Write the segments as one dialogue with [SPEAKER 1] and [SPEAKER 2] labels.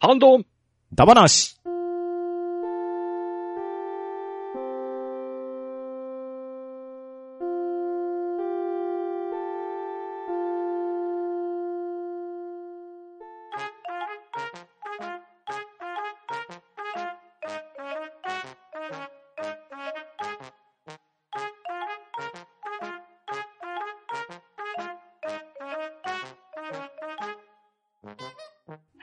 [SPEAKER 1] ハンドン
[SPEAKER 2] ダバナシ。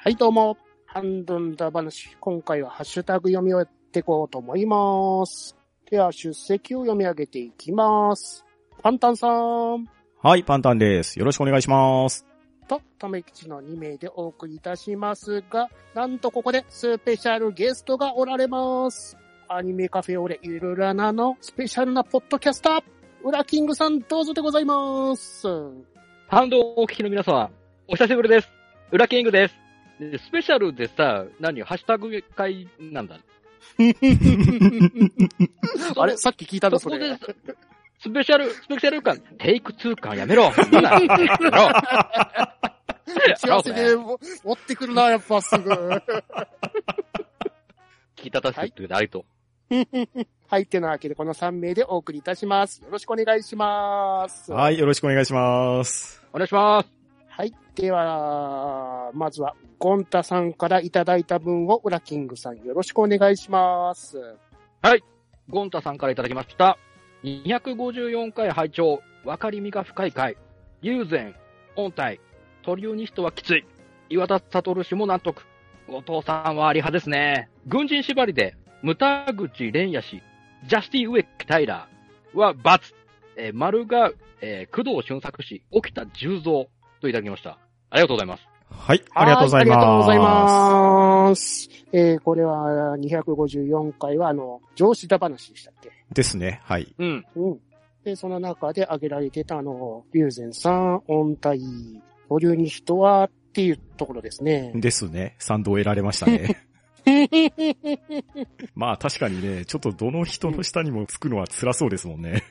[SPEAKER 3] はい、どうも。ハンドンダ話。今回はハッシュタグ読み終えていこうと思います。では、出席を読み上げていきます。パンタンさん
[SPEAKER 2] はい、パンタンです。よろしくお願いします。
[SPEAKER 3] と、ためきちの2名でお送りいたしますが、なんとここでスペシャルゲストがおられます。アニメカフェオレゆるらなのスペシャルなポッドキャスター、ウラキングさんどうぞでございます。
[SPEAKER 1] ハンドンをお聞きの皆様、お久しぶりです。ウラキングです。でスペシャルでさ、何ハッシュタグ会なんだ。
[SPEAKER 3] あれさっき聞いたの
[SPEAKER 1] そ
[SPEAKER 3] そ
[SPEAKER 1] こで
[SPEAKER 3] れ。、
[SPEAKER 1] スペシャル、スペシャル感、テイク2感やめろ。やめろ。やめろ
[SPEAKER 3] 幸せでも持ってくるな、やっぱすぐ。
[SPEAKER 1] 聞いたたしって言うでありと。
[SPEAKER 3] はい、てなわけでこの3名でお送りいたします。よろしくお願いします。
[SPEAKER 2] はい、よろしくお願いします。
[SPEAKER 1] お願いします。
[SPEAKER 3] はい。では、まずは、ゴンタさんからいただいた分を、ウラキングさん、よろしくお願いします。
[SPEAKER 1] ゴンタさんからいただきました。254回拝聴、わかりみが深い回。友禅、本体、トリオニストはきつい。岩田悟氏も納得。後藤さんはあり派ですね。軍人縛りで、ムタグチ蓮也氏、ジャスティ・ウエキ・タイラーは罰。えー丸が、えー工藤俊作氏、沖田十三といただきました。ありがとうございます。
[SPEAKER 2] はい、ありがとうございます。
[SPEAKER 3] はありがとうございます。えー、これは、254回は、あの、上司だ話でしたっけ
[SPEAKER 2] す。ですね、はい。
[SPEAKER 1] うん。
[SPEAKER 3] うん。で、その中で挙げられてた、あの、龍禅さん、音体、保留に人は、っていうところですね。
[SPEAKER 2] ですね、賛同得られましたね。 まあ確かにね、ちょっとどの人の下にもつくのは辛そうですもんね。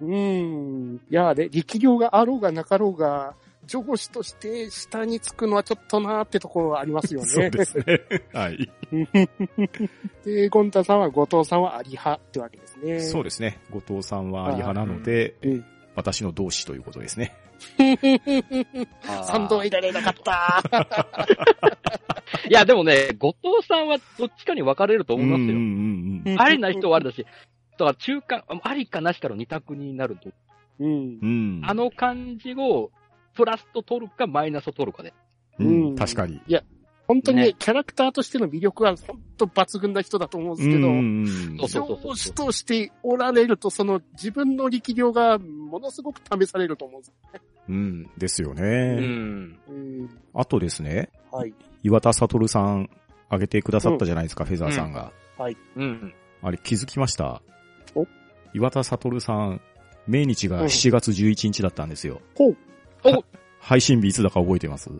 [SPEAKER 3] うん。いや、で、力量があろうがなかろうが、上司として下につくのはちょっとなーってところはありますよね。
[SPEAKER 2] そ うですね。はい。
[SPEAKER 3] で、ゴンタさんは後藤さんはアリ派ってわけですね。
[SPEAKER 2] そうですね。後藤さんはアリ派なので、
[SPEAKER 3] うん
[SPEAKER 2] 私の同志ということですね。
[SPEAKER 3] 賛同はいられなか った。
[SPEAKER 1] いや、でもね、後藤さんはどっちかに分かれると思いますよ。
[SPEAKER 2] うんうんうん
[SPEAKER 1] ありな人はあれだし、だから中間、ありかなしかの二択になると。
[SPEAKER 3] うん。
[SPEAKER 2] うん。
[SPEAKER 1] あの感じを、プラスと取るかマイナスと取るかで。
[SPEAKER 2] うん、
[SPEAKER 3] うん
[SPEAKER 2] 確かに。
[SPEAKER 3] 本当に
[SPEAKER 1] ね
[SPEAKER 3] ね、キャラクターとしての魅力は本当抜群な人だと思うんですけ
[SPEAKER 2] う
[SPEAKER 3] ど、
[SPEAKER 2] んうんうん
[SPEAKER 1] そうそう
[SPEAKER 3] 上司としておられると、その自分の力量がものすごく試されると思うんです。
[SPEAKER 2] うん、ですよ
[SPEAKER 1] う
[SPEAKER 2] ね。
[SPEAKER 1] ん。
[SPEAKER 3] うん。
[SPEAKER 2] あとですね、
[SPEAKER 3] はい。
[SPEAKER 2] 岩田悟さん、あげてくださったじゃないですか、フェザーさんが。
[SPEAKER 1] うん。
[SPEAKER 2] あれ気づきました
[SPEAKER 3] お
[SPEAKER 2] 岩田悟さん、命日が7月11日だったんですよ。
[SPEAKER 3] ほう。
[SPEAKER 1] お
[SPEAKER 2] 配信日いつだか覚えてます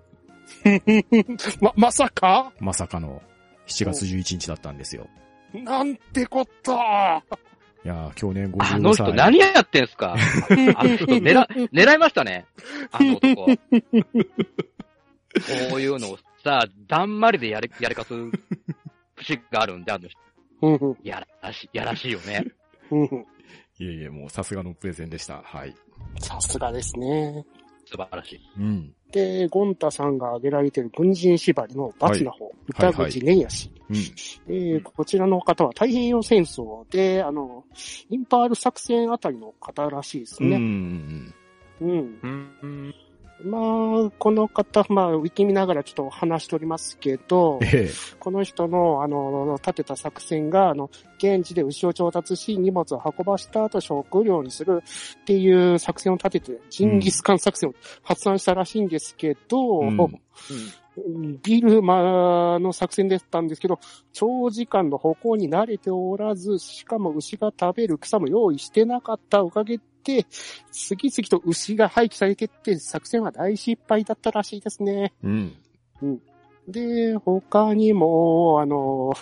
[SPEAKER 3] ま、まさか
[SPEAKER 2] まさかの7月11日だったんですよ。
[SPEAKER 3] なんてことはい
[SPEAKER 2] やー、去年55歳。
[SPEAKER 1] あの人何やってんすかあの人狙、狙いましたね。あの男。こ ういうのをさ、だんまりでやれ、やれかす節があるんで、あの人。
[SPEAKER 3] うんうん
[SPEAKER 1] やらしい、やらしいよね。
[SPEAKER 3] うんうん
[SPEAKER 2] いえいえ、もうさすがのプレゼンでした。はい。
[SPEAKER 3] さすがですね。
[SPEAKER 1] 素晴らしい。
[SPEAKER 2] うん。
[SPEAKER 3] で、ゴンタさんが挙げられている軍人縛りの罰の方、
[SPEAKER 2] はい
[SPEAKER 3] 歌口蓮也氏。
[SPEAKER 2] うん。
[SPEAKER 3] で、こちらの方は太平洋戦争で、あの、インパール作戦あたりの方らしいです
[SPEAKER 2] うんう
[SPEAKER 3] ね。
[SPEAKER 2] ん
[SPEAKER 3] うん。
[SPEAKER 1] うん。
[SPEAKER 3] まあ、この方、まあ、ウィキ見ながらちょっとお話しておりますけど
[SPEAKER 2] うん。、ええ。
[SPEAKER 3] この人の、あの、立てた作戦が、あの、現地で牛を調達し、荷物を運ばした後食料にするっていう作戦を立てて、ジンギスカン作戦を発案したらしいんですけど、
[SPEAKER 2] うん
[SPEAKER 3] ビルマの作戦だったんですけど、長時間の歩行に慣れておらず、しかも牛が食べる草も用意してなかったおかげで、次々と牛が廃棄されてって、作戦は大失敗だったらしいですね。
[SPEAKER 2] うん。
[SPEAKER 3] で、他にも、あの、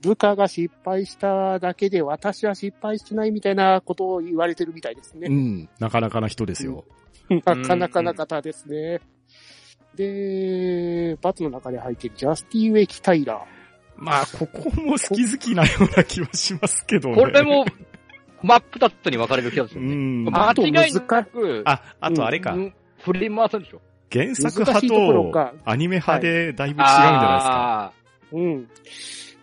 [SPEAKER 3] 部下が失敗しただけで私は失敗してないみたいなことを言われてるみたいです
[SPEAKER 2] う
[SPEAKER 3] ね。
[SPEAKER 2] ん。なかなかな人ですよ。
[SPEAKER 3] なかなかな方ですね。で、バツの中で入っているジャスティン・ウェイキ・タイラー。
[SPEAKER 2] まあ、ここも好き好きなような気はしますけどね。
[SPEAKER 1] これも、真っ二つに分かれる気がす
[SPEAKER 2] う
[SPEAKER 1] るね。
[SPEAKER 2] ん。
[SPEAKER 1] 間
[SPEAKER 2] あ
[SPEAKER 3] あと
[SPEAKER 1] 違い
[SPEAKER 3] 難
[SPEAKER 1] なく、
[SPEAKER 2] あとあれか
[SPEAKER 1] う。ん振り回せるでしょ。
[SPEAKER 2] 原作
[SPEAKER 3] 難し
[SPEAKER 2] 派
[SPEAKER 3] いところが
[SPEAKER 2] とアニメ派でだいぶ違うんじゃ
[SPEAKER 3] うん。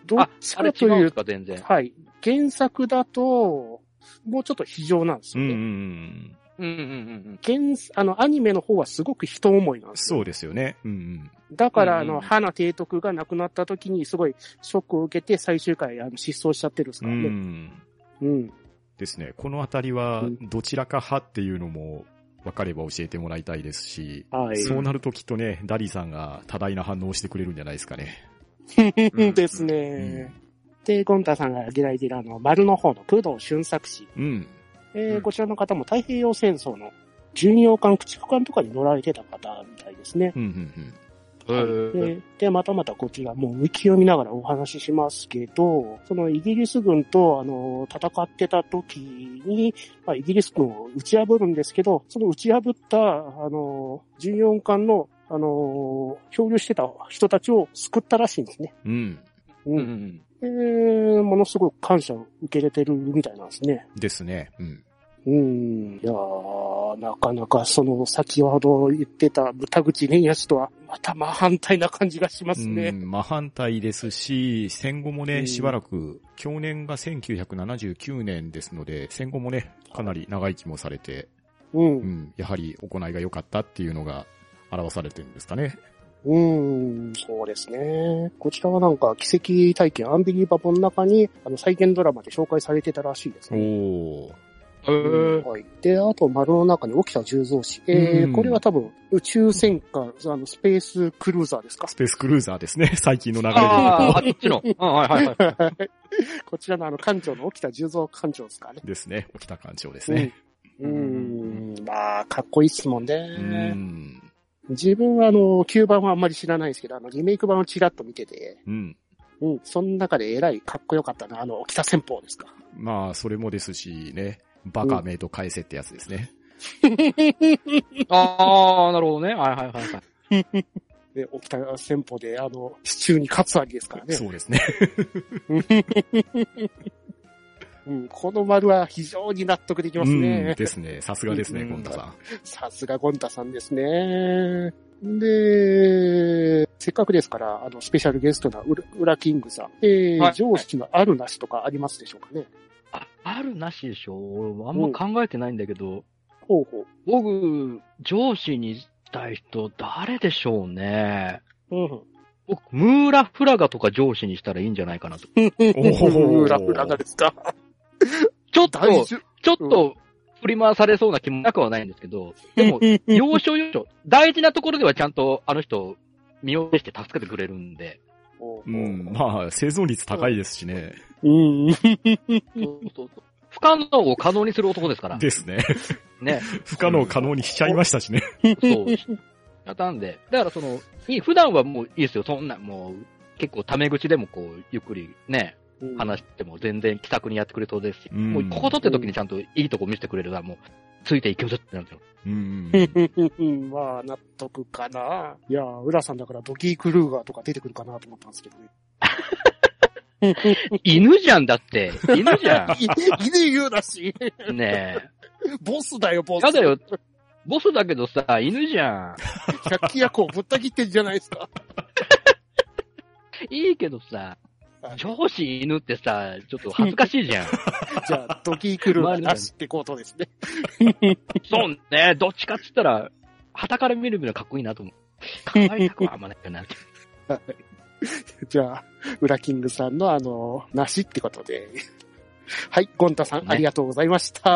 [SPEAKER 3] ど
[SPEAKER 1] あ
[SPEAKER 3] っ
[SPEAKER 1] ー
[SPEAKER 3] ち
[SPEAKER 1] あれ
[SPEAKER 3] か
[SPEAKER 1] 違
[SPEAKER 3] と
[SPEAKER 1] うん
[SPEAKER 3] い
[SPEAKER 1] で
[SPEAKER 3] う
[SPEAKER 1] すか、全然。
[SPEAKER 3] はい。原作だと、もうちょっと非常なんですよ
[SPEAKER 2] ないですか。うん
[SPEAKER 3] ね。
[SPEAKER 2] うんうん。
[SPEAKER 1] うんうんうん
[SPEAKER 3] 原作あの、アニメの方はすごく人思いなんですよ。
[SPEAKER 2] そうですよね。うん
[SPEAKER 3] だから、
[SPEAKER 1] うんうん
[SPEAKER 3] あの、花提督が亡くなった時にすごいショックを受けて最終回あの失踪しちゃってるんですか
[SPEAKER 2] うん。う
[SPEAKER 3] らね。
[SPEAKER 2] ん。
[SPEAKER 3] うん。
[SPEAKER 2] ですね。このあたりは
[SPEAKER 3] う、
[SPEAKER 2] どちらか派っていうのも、分かれば教えてもらいたいですし、
[SPEAKER 3] はい。
[SPEAKER 2] そうなるときっとね、ダリーさんが多大な反応をしてくれるんじゃないですかね。
[SPEAKER 1] うん
[SPEAKER 3] ですね。で、ゴンタさんが挙げられているあの、丸の方の工藤俊作氏。
[SPEAKER 2] うん。
[SPEAKER 3] えー
[SPEAKER 2] うん
[SPEAKER 3] こちらの方も太平洋戦争の巡洋艦、駆逐艦とかに乗られてた方みたいですね。
[SPEAKER 2] うん、うん、
[SPEAKER 1] うんうん。へー
[SPEAKER 3] でで、またまたこちら、もうウィキを見ながらお話ししますけど、そのイギリス軍と、あの、戦ってた時に、まあ、イギリス軍を打ち破るんですけど、その打ち破った、あの、14艦の、あの、漂流してた人たちを救ったらしいんですね。
[SPEAKER 2] うん。
[SPEAKER 1] う
[SPEAKER 3] う
[SPEAKER 2] うん。
[SPEAKER 3] ん
[SPEAKER 1] うん
[SPEAKER 3] えー、ものすごく感謝を受けれてるみたいなんですね。
[SPEAKER 2] ですね。うん。
[SPEAKER 3] うん。いやー、なかなかその先ほど言ってた豚口蓮也氏とはまた真反対な感じがします
[SPEAKER 2] う
[SPEAKER 3] ね。
[SPEAKER 2] ん、真反対ですし、戦後も
[SPEAKER 3] う
[SPEAKER 2] ね、
[SPEAKER 3] ん
[SPEAKER 2] しばらく、去年が1979年ですので、戦後もね、かなり長生きもされて、
[SPEAKER 3] う。
[SPEAKER 2] うんん、やはり行いが良かったっていうのが表されてるんですかね。
[SPEAKER 3] うん、そうですね。こちらはなんか奇跡体験アンビリーバボーの中にあの再現ドラマで紹介されてたらしいです
[SPEAKER 2] お
[SPEAKER 3] ね。
[SPEAKER 2] お。
[SPEAKER 1] へー
[SPEAKER 3] はい。で、あと、丸の中に沖田十三氏。え
[SPEAKER 2] うん
[SPEAKER 3] ー、これは多分、宇宙戦艦、あの、スペースクルーザーですか
[SPEAKER 2] スペースクルーザーですね、 最近の流れで言う
[SPEAKER 1] あ
[SPEAKER 2] と。
[SPEAKER 1] あ、あっちの。うんはいはいはい。
[SPEAKER 3] こちらのあの、艦長の沖田十三艦長ですかね。
[SPEAKER 2] ですね、沖田館長ですね。
[SPEAKER 3] うん。うん、まあ、かっこいいっすもんね。
[SPEAKER 2] うん。
[SPEAKER 3] 自分はあの、旧版はあんまり知らないですけど、あの、リメイク版をちらっと見てて、
[SPEAKER 2] うん。
[SPEAKER 3] うん、その中でえらいかっこよかったのはあの、北戦法ですか。
[SPEAKER 2] まあ、それもですしね、バカめと返せってやつですね。
[SPEAKER 1] ああ、なるほどね。はいはいはいはい。
[SPEAKER 3] で、北戦法で、あの、支柱に勝つわけですからね。
[SPEAKER 2] そうですね。
[SPEAKER 3] うん、この丸は非常に納得できます
[SPEAKER 2] うん
[SPEAKER 3] ね。
[SPEAKER 2] ですね。さすがですね、
[SPEAKER 1] うん
[SPEAKER 2] ゴンタさん。
[SPEAKER 3] さすがゴンタさんですね。で、せっかくですから、あの、スペシャルゲストなウラウラキングさん、えー
[SPEAKER 1] はい
[SPEAKER 3] 上司のあるなしとかありますでしょうかね。
[SPEAKER 1] あ、あるなしでしょ俺、あんま考えてないんだけど、
[SPEAKER 3] ほうほう。
[SPEAKER 1] 僕、上司にしたい人、誰でしょうね。
[SPEAKER 3] うん。
[SPEAKER 1] 僕、ムーラフラガとか上司にしたらいいんじゃないかなと。
[SPEAKER 2] おー
[SPEAKER 3] ラフラガですか。
[SPEAKER 1] ちょっと、
[SPEAKER 3] 大丈夫。
[SPEAKER 1] ちょっと、振り回されそうな気もなくはないんですけど、でも、 要所要所、大事なところではちゃんと、あの人、身を出して助けてくれるんで、
[SPEAKER 3] おうおう
[SPEAKER 2] うん。まあ、生存率高いですしね。
[SPEAKER 3] うん。
[SPEAKER 1] そうそうそう不可能を可能にする男ですから、
[SPEAKER 2] ですね。
[SPEAKER 1] ね。
[SPEAKER 2] 不可能可能にしちゃいましたしね。
[SPEAKER 1] そう。やったんで、だからその、いい普段はもういいですよ、そんな、もう、結構タメ口でもこう、ゆっくりね、話しても全然気さくにやってくれそうですし、
[SPEAKER 2] うん
[SPEAKER 1] もうここ取って時にちゃんといいとこ見せてくれるから、もう、ついていけよぜってなるんですよ。
[SPEAKER 2] うん。
[SPEAKER 3] うん まあ、納得かな。いやー、浦さんだからドギー・クルーガーとか出てくるかなと思ったんですけどね。
[SPEAKER 1] 犬じゃんだって、犬じゃ
[SPEAKER 3] い犬言うだし、
[SPEAKER 1] ん。ねえ。
[SPEAKER 3] ボスだよ、ボス。
[SPEAKER 1] やだよ。ボスだけどさ、犬じゃん。
[SPEAKER 3] 百鬼夜行ぶった切ってんじゃないですか。
[SPEAKER 1] いいけどさ
[SPEAKER 3] は、い
[SPEAKER 1] 上司犬ってさ、ちょっと恥ずかしいじ ゃん。
[SPEAKER 3] じゃあ、ドギー・クルーガーなしってことですね。
[SPEAKER 1] そうね、どっちかって言ったら、旗から見るのがかっこいいなと思う。可愛くはあんまないかな。
[SPEAKER 3] じゃあ、浦キングさんのあの、なしってことで。はい、ゴンタさん、
[SPEAKER 1] ね
[SPEAKER 3] ありがとうございました。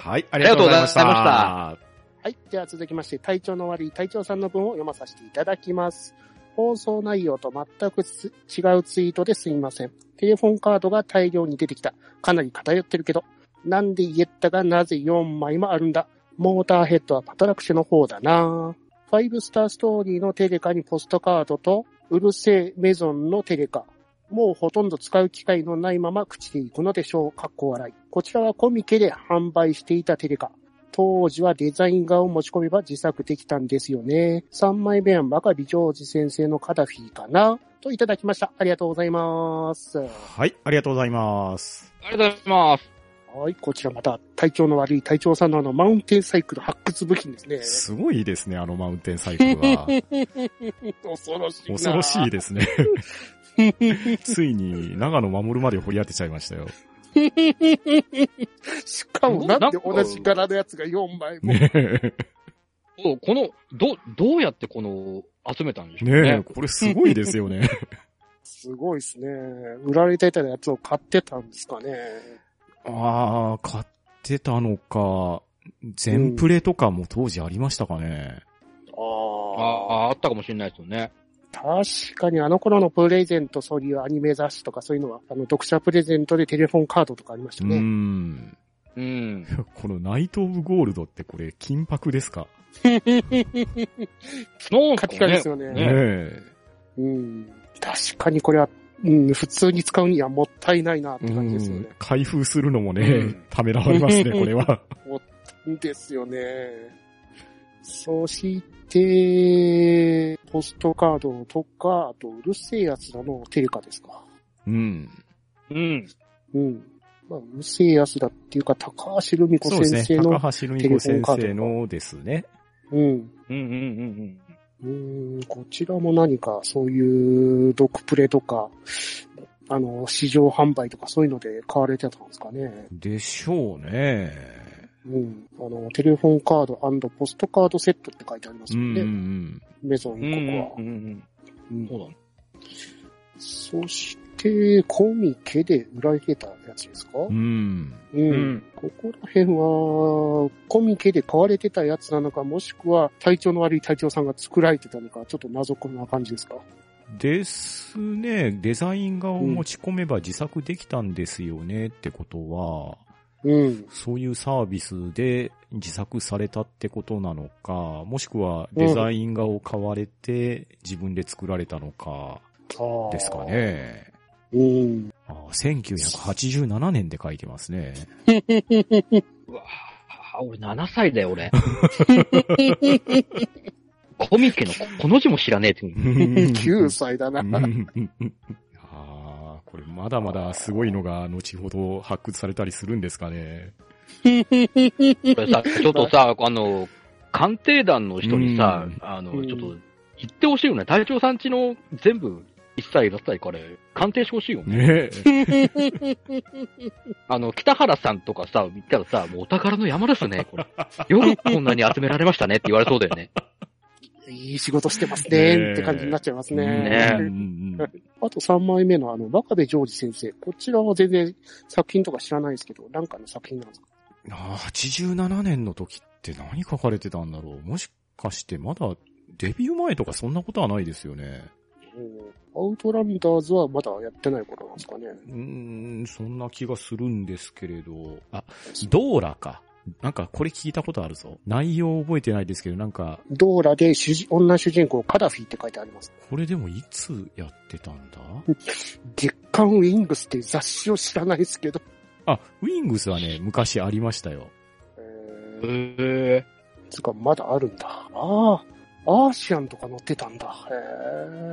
[SPEAKER 2] はい、ありがとうございまし
[SPEAKER 1] ありがとうござい
[SPEAKER 2] た。
[SPEAKER 3] はい。では続きまして、体調の悪い隊長さんの文を読まさせていただきます。放送内容と全くつ違うツイートですいません。テレフォンカードが大量に出てきた。かなり偏ってるけど。なんでイエッタがなぜ4枚もあるんだ。モーターヘッドはパトラクシュの方だな。ファイブスターストーリーのテレカにポストカードと、うるせえメゾンのテレカ。もうほとんど使う機会のないまま朽ちていくのでしょう。かっこ笑い。こちらはコミケで販売していたテレカ。当時はデザイン画を持ち込めば自作できたんですよね。3枚目は真壁ジョージ先生のカダフィかなといただきました。ありがとうございます。
[SPEAKER 2] はい、ありがとうございます。
[SPEAKER 1] ありがとうございます。
[SPEAKER 3] はい、こちらまた体調の悪い隊長さんのあのマウンテンサイクル発掘部品ですね。
[SPEAKER 2] すごいですね、あのマウンテンサイクルは。
[SPEAKER 3] 恐ろしいな。
[SPEAKER 2] 恐ろしいです ね。ついに、長野守るまで掘り当てちゃいました よ。
[SPEAKER 3] しかもなんで同じ柄のやつが4枚も。
[SPEAKER 2] ねえ。
[SPEAKER 1] そうこの、ど、どうやってこの、集めたんでしょうね。
[SPEAKER 2] ねえ、これすごいですよね。
[SPEAKER 3] すごいですね。売られてたやつを買ってたんですかね。
[SPEAKER 2] ああ、買ってたのか。全プレとかも当時ありましたかね。
[SPEAKER 1] あ
[SPEAKER 3] ああ。
[SPEAKER 1] あ、あったかもしれないですよね。
[SPEAKER 3] 確かにあの頃のプレゼント、そういうアニメ雑誌とかそういうのは、あの、読者プレゼントでテレフォンカードとかありました
[SPEAKER 2] う
[SPEAKER 3] ね。
[SPEAKER 2] ん。
[SPEAKER 1] うん。
[SPEAKER 2] このナイト・オブ・ゴールドってこれ金箔ですか
[SPEAKER 1] そう
[SPEAKER 3] カピカですよね。
[SPEAKER 1] ね
[SPEAKER 2] ねえ。
[SPEAKER 3] うん。確かにこれは、うん、普通に使うにはもったいないなって感じですよ
[SPEAKER 2] うん
[SPEAKER 3] ね。
[SPEAKER 2] 開封するのも
[SPEAKER 1] う
[SPEAKER 2] ね
[SPEAKER 1] ん、
[SPEAKER 2] ためらわれますね、これ は。
[SPEAKER 3] ですよね。そして、ポストカードとか、あと、うるせえやつだの、テレカですか。
[SPEAKER 2] うん。
[SPEAKER 1] うん。
[SPEAKER 3] うん。まあ、うるせえやつだっていうか、高橋留美子
[SPEAKER 2] そうです
[SPEAKER 3] 先生
[SPEAKER 2] ね。
[SPEAKER 3] の、
[SPEAKER 2] 高橋留美子先生のですね。
[SPEAKER 3] うん。
[SPEAKER 1] うんうんうん
[SPEAKER 3] うーん、こちらも何かそういうドクプレとか、あの、市場販売とかそういうので買われてたんですかね。
[SPEAKER 2] でしょうね。
[SPEAKER 3] うん。あの、テレフォンカードポストカードセットって書いてあります
[SPEAKER 2] う
[SPEAKER 3] よ
[SPEAKER 2] んうん
[SPEAKER 3] ね。
[SPEAKER 2] うん。
[SPEAKER 3] メゾ
[SPEAKER 1] う
[SPEAKER 3] ン
[SPEAKER 1] ん。うん
[SPEAKER 3] こ
[SPEAKER 1] う
[SPEAKER 3] こ
[SPEAKER 1] んう
[SPEAKER 3] は。
[SPEAKER 1] ん
[SPEAKER 3] うん
[SPEAKER 1] そうだね。
[SPEAKER 3] そして、コミケで売られてたやつですか、
[SPEAKER 2] うん。
[SPEAKER 3] うん、
[SPEAKER 1] うん
[SPEAKER 3] ここら辺は、コミケで買われてたやつなのか、もしくは体調の悪い隊長さんが作られてたのか、ちょっと謎こんな感じですか
[SPEAKER 2] ですね。デザイン画を持ち込めば自作できたんですよねってことは、
[SPEAKER 3] うん。
[SPEAKER 2] そういうサービスで自作されたってことなのか、もしくはデザイン画を買われて自分で作られたのか
[SPEAKER 3] ああ
[SPEAKER 2] ですか。ね。
[SPEAKER 3] うん。
[SPEAKER 2] ああ1987年で書いてますね。
[SPEAKER 1] うわぁ、俺7歳だよ、 俺。コミケのこの字も知らねえっていう。
[SPEAKER 3] 9 歳だな。
[SPEAKER 2] ああ、これまだまだすごいのが後ほど発掘されたりするんですかね。
[SPEAKER 1] これさ、ちょっとさ、あの、鑑定団の人にさ
[SPEAKER 2] うん、
[SPEAKER 1] あの、
[SPEAKER 3] うん
[SPEAKER 1] ちょっと言ってほしいよね。隊長さんちの全部、1歳だったりから、鑑定してほしいよね。
[SPEAKER 2] ね
[SPEAKER 1] あの、北原さんとかさ、見たらさ、もうお宝の山です ね、これ。よくこんなに集められましたねって言われそうだよね。
[SPEAKER 3] いい仕事してます
[SPEAKER 2] ね
[SPEAKER 3] ね
[SPEAKER 2] え
[SPEAKER 3] って感じになっちゃいます
[SPEAKER 2] え。
[SPEAKER 3] ね。
[SPEAKER 1] ね
[SPEAKER 2] うんうんうん
[SPEAKER 3] あと3枚目のあの、真壁ジョージ先生。こちらは全然作品とか知らないですけど、なんかの作品なんですか
[SPEAKER 2] あー87年の時って何書かれてたんだろうもしかしてまだデビュー前とかそんなことはないですよね。
[SPEAKER 3] うんアウトランダーズはまだやってないことなんですかね。
[SPEAKER 2] うーん、そんな気がするんですけれど。あ、ドーラか。なんかこれ聞いたことあるぞ。内容覚えてないですけど、なんか、
[SPEAKER 3] ドーラで主人女主人公カダフィって書いてあります。
[SPEAKER 2] これでもいつやってたんだ
[SPEAKER 3] 月刊ウィングスっていう雑誌を知らないですけど。
[SPEAKER 2] あ、ウィングスはね、昔ありましたよ。
[SPEAKER 3] えー、
[SPEAKER 1] へ
[SPEAKER 3] つうかまだあるんだ。ああ、アーシアンとか載ってたんだ。へ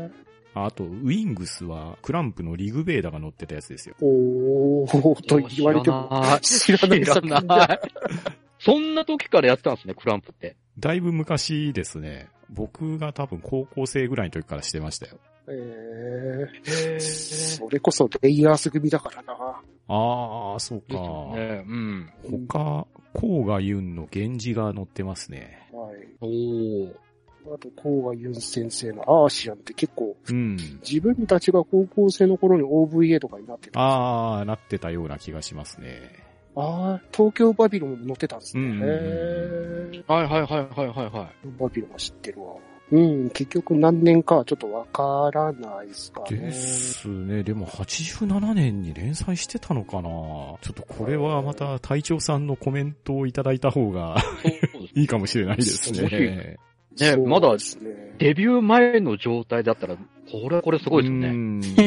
[SPEAKER 3] え。
[SPEAKER 2] ああと、ウィングスは、クランプのリグベーダが乗ってたやつですよ。
[SPEAKER 3] おー、と言われても。知らない
[SPEAKER 1] 知ら
[SPEAKER 3] 作品じゃん
[SPEAKER 1] ない。そんな時からやってたんですね、クランプって。
[SPEAKER 2] だいぶ昔ですね。僕が多分高校生ぐらいの時からしてましたよ。
[SPEAKER 3] え
[SPEAKER 1] へ
[SPEAKER 3] えそれこそレイヤース組だからな。
[SPEAKER 2] ああ、そうか。
[SPEAKER 1] ね、うん。
[SPEAKER 2] 他、甲賀ユンの源氏が乗ってますね。
[SPEAKER 3] はい。
[SPEAKER 1] おー。
[SPEAKER 3] あと、甲賀ユン先生のアーシアンって結構、
[SPEAKER 2] うん。
[SPEAKER 3] 自分たちが高校生の頃に OVA とかになってた。あ
[SPEAKER 2] ああ、なってたような気がしますね。
[SPEAKER 3] あー、東京バビロンも載ってたんですね。
[SPEAKER 2] うんうんうん
[SPEAKER 3] へえ。
[SPEAKER 1] はいはいはいはいはいはい。
[SPEAKER 3] バビロンは知ってるわ。うん、結局何年かはちょっとわからないですか
[SPEAKER 2] で
[SPEAKER 3] ね。
[SPEAKER 2] すね。でも87年に連載してたのかなちょっとこれはまた隊長さんのコメントをいただいた方が
[SPEAKER 1] そうです
[SPEAKER 2] いいかもしれないです
[SPEAKER 1] そうです
[SPEAKER 2] ね。
[SPEAKER 1] ね
[SPEAKER 3] そう
[SPEAKER 1] まだ
[SPEAKER 3] ですね。
[SPEAKER 1] デビュー前の状態だったら、これはこれすごいですよね。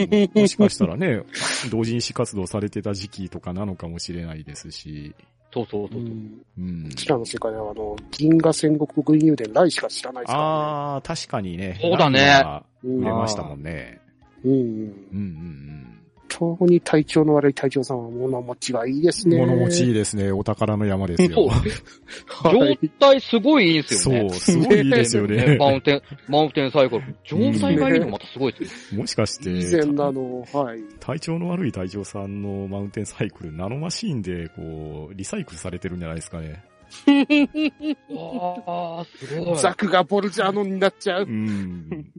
[SPEAKER 2] ね。もしかしたらね、同人誌活動されてた時期とかなのかもしれないですし。
[SPEAKER 1] そうそうそうう。
[SPEAKER 3] ん。
[SPEAKER 2] うん
[SPEAKER 3] う。ちらの世界は、あの、銀河戦国軍友伝来しか知らないですか
[SPEAKER 2] ああ、確かにね。
[SPEAKER 1] そうだね
[SPEAKER 2] ラピュタ
[SPEAKER 3] らね。
[SPEAKER 2] 売
[SPEAKER 3] う
[SPEAKER 2] れ
[SPEAKER 3] ん
[SPEAKER 2] ましたもんね。
[SPEAKER 3] うんうん
[SPEAKER 2] うんうん
[SPEAKER 3] 本当に体調の悪い隊長さんは物持ちがいいです
[SPEAKER 2] うん。
[SPEAKER 3] ね。
[SPEAKER 2] 物持ちいいですね。お宝の山です
[SPEAKER 1] そう
[SPEAKER 2] よ。
[SPEAKER 3] はい。
[SPEAKER 1] 状態すごいいいんです
[SPEAKER 2] そ
[SPEAKER 1] よね
[SPEAKER 2] う、。すごいいいです よね。
[SPEAKER 1] マウンテン、マウンテンサイコロ。状態がいいのまたすごいですね。
[SPEAKER 2] もしかして、
[SPEAKER 3] 以前のあの、はい。
[SPEAKER 2] 体調の悪い隊長さんのマウンテンサイクル、ナノマシーンで、こう、リサイクルされてるんじゃないですかね。
[SPEAKER 1] ああ、すごい。
[SPEAKER 3] ザクがボルジャーノになっちゃう
[SPEAKER 2] う。ん。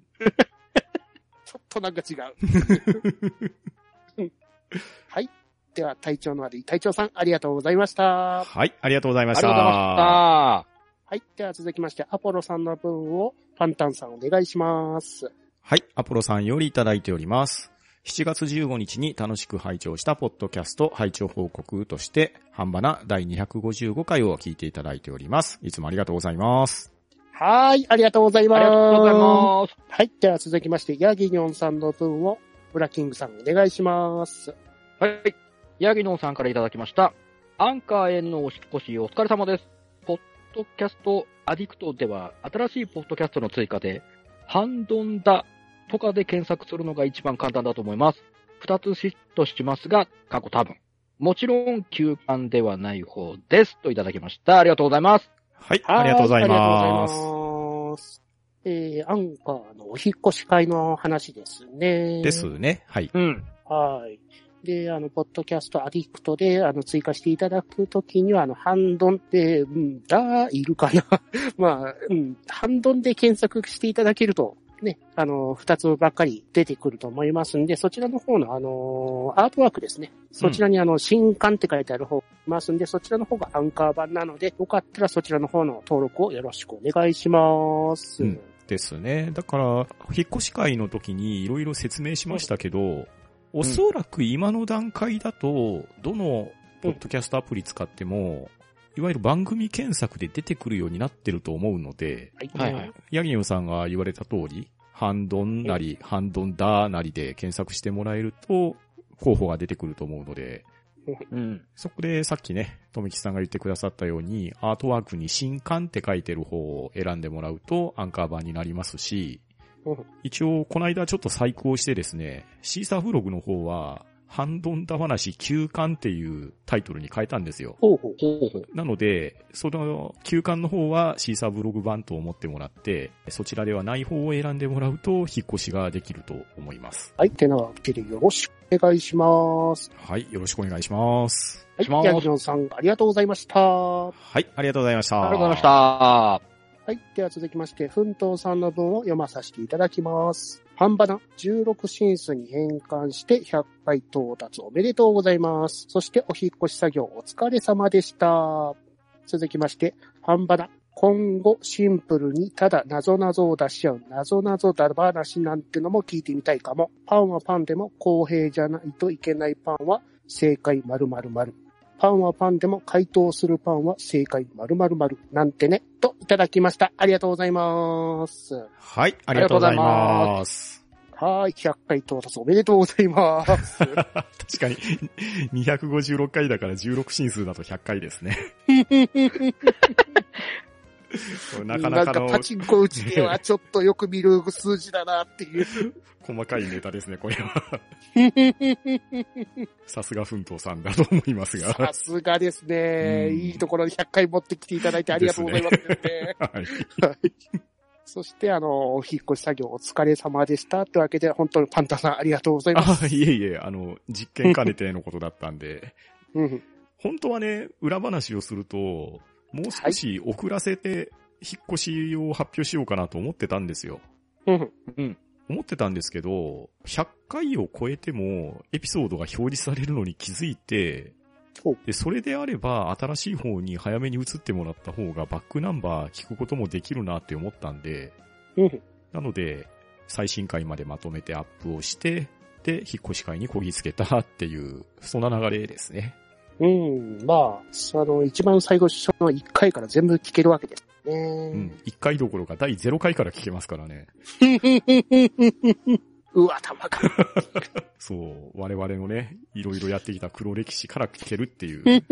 [SPEAKER 3] ちょっとなんか違う。はい。では、隊長の悪い隊長さん、ありがとうございました。
[SPEAKER 2] はい、ありがとうござい
[SPEAKER 1] あ
[SPEAKER 2] ま
[SPEAKER 1] り
[SPEAKER 2] し
[SPEAKER 1] がとう
[SPEAKER 2] た。
[SPEAKER 1] ございまし
[SPEAKER 3] はい。では続きまして、アポロさんの分を、パンタンさんお願いします。
[SPEAKER 2] はい、アポロさんよりいただいております。7月15日に楽しく拝聴したポッドキャスト拝聴報告として、半ばな第255回を聞いていただいております。いつもありがとうございます。
[SPEAKER 3] はい。ありがとうござい
[SPEAKER 1] た。
[SPEAKER 3] ま
[SPEAKER 1] あ
[SPEAKER 3] す。
[SPEAKER 1] りがとうございます。
[SPEAKER 3] はい。では続きまして、ヤギニョンさんの分を、ブラキングさんお願いします。
[SPEAKER 1] はい。ヤギノンさんからいただきました。アンカーへのお引っ越しお疲れ様です。ポッドキャストアディクトでは新しいポッドキャストの追加で、ハンドンダとかで検索するのが一番簡単だと思います。二つシットしますが、過去多分。もちろん休館ではない方です。といただきました。ありがとうございます。
[SPEAKER 2] はい、
[SPEAKER 3] は
[SPEAKER 2] ありがとうございま
[SPEAKER 3] ありが
[SPEAKER 2] す。
[SPEAKER 3] とうございます。えー、アンカーのお引っ越し会の話ですね。
[SPEAKER 2] です。ね。はい。
[SPEAKER 1] うん。
[SPEAKER 3] はい。で、あの、ポッドキャストアディクトで、あの、追加していただくときには、あの、ハンドンって、うん、だ、いるかな。 まあ、うん、ハンドンで検索していただけると、ね、あの、二つばっかり出てくると思いますんで、そちらの方の、あの、アートワークですね。そちらに、あの、新刊って書いてある方いますんで、そちらの方がアンカー版なので、よかったらそちらの方の登録をよろしくお願いします。
[SPEAKER 2] うんですね。だから、引っ越し会の時にいろいろ説明しましたけど、おそらく今の段階だと、どのポッドキャストアプリ使っても、いわゆる番組検索で出てくるようになってると思うので、
[SPEAKER 1] はいはい。
[SPEAKER 2] ヤギニョさんが言われた通り、ハンドンなり、ハンドンダーなりで検索してもらえると、候補が出てくると思うので、
[SPEAKER 1] うん。
[SPEAKER 2] そこでさっきね、とめきさんが言ってくださったように、アートワークに新刊って書いてる方を選んでもらうとアンカー版になりますし
[SPEAKER 3] うん、
[SPEAKER 2] 一応この間ちょっと再考してですね、シーサーブログの方は、ハンドンダ話休刊っていうタイトルに変えたんですよ。
[SPEAKER 3] ほうほう。
[SPEAKER 1] ほうほう。
[SPEAKER 2] なので、その休館の方はシーサーブログ版と思ってもらって、そちらではない方を選んでもらうと引っ越しができると思います。
[SPEAKER 3] はい。てなわけでよろしくお願いします。
[SPEAKER 2] はい、よろしくお願いします。
[SPEAKER 3] は
[SPEAKER 1] しま
[SPEAKER 3] い。
[SPEAKER 1] す
[SPEAKER 3] ヤギジョンさん、ありがとうございました。は
[SPEAKER 2] はい、ありがとうございました。
[SPEAKER 1] ありがとうございまし。た。
[SPEAKER 3] い。では続きまして、奮闘さんの文を読まさせていただきます。半ばな16進数に変換して100回到達おめでとうございます。そしてお引っ越し作業お疲れ様でした。続きまして、半ばな今後シンプルにただ謎々を出し合う謎々だ話なんてのも聞いてみたいかも。パンはパンでも公平じゃないといけないパンは正解〇〇〇。パンはパンでも解凍するパンは正解〇〇〇なんてね、といただきました。ありがとうございます。
[SPEAKER 2] はい、ありがとうございます。
[SPEAKER 3] はーい、100回到達おめでとうございます。
[SPEAKER 2] 確かに、256回だから16進数だと100回ですね。なかなか
[SPEAKER 3] ん
[SPEAKER 2] の
[SPEAKER 3] パチンコ打ちではちょっとよく見る数字だなっていう。
[SPEAKER 2] 細かいネタですね、これは。 さすが奮闘さんだと思いますが。
[SPEAKER 3] さすがですね。
[SPEAKER 2] うん
[SPEAKER 3] いいところに100回持ってきていただいてありがとうございますね。
[SPEAKER 2] はい
[SPEAKER 3] そして、あの、お引っ越し作業お疲れ様でしたってわけで、本当にパンタさんありがとうございます。
[SPEAKER 2] あ、いえいえ、あの、実験兼ねてのことだったんで、
[SPEAKER 3] うん。
[SPEAKER 2] 本当はね、裏話をすると、もう少し遅らせて、引っ越しを発表しようかなと思ってたんですよ。
[SPEAKER 3] うん。
[SPEAKER 2] 思ってたんですけど、100回を超えても、エピソードが表示されるのに気づいて、
[SPEAKER 3] そう。
[SPEAKER 2] で、それであれば、新しい方に早めに移ってもらった方が、バックナンバー聞くこともできるなって思ったんで、
[SPEAKER 3] うん。
[SPEAKER 2] なので、最新回までまとめてアップをして、で、引っ越し会にこぎつけたっていう、そんな流れですね。
[SPEAKER 3] うん。まあ、あの、一番最後、初の1回から全部聞けるわけですね。う
[SPEAKER 2] うん。1回どころか第0回から聞けますからね。
[SPEAKER 3] わ、頭が。
[SPEAKER 2] そう、我々のね、いろいろやってきた黒歴史から聞けるっていう。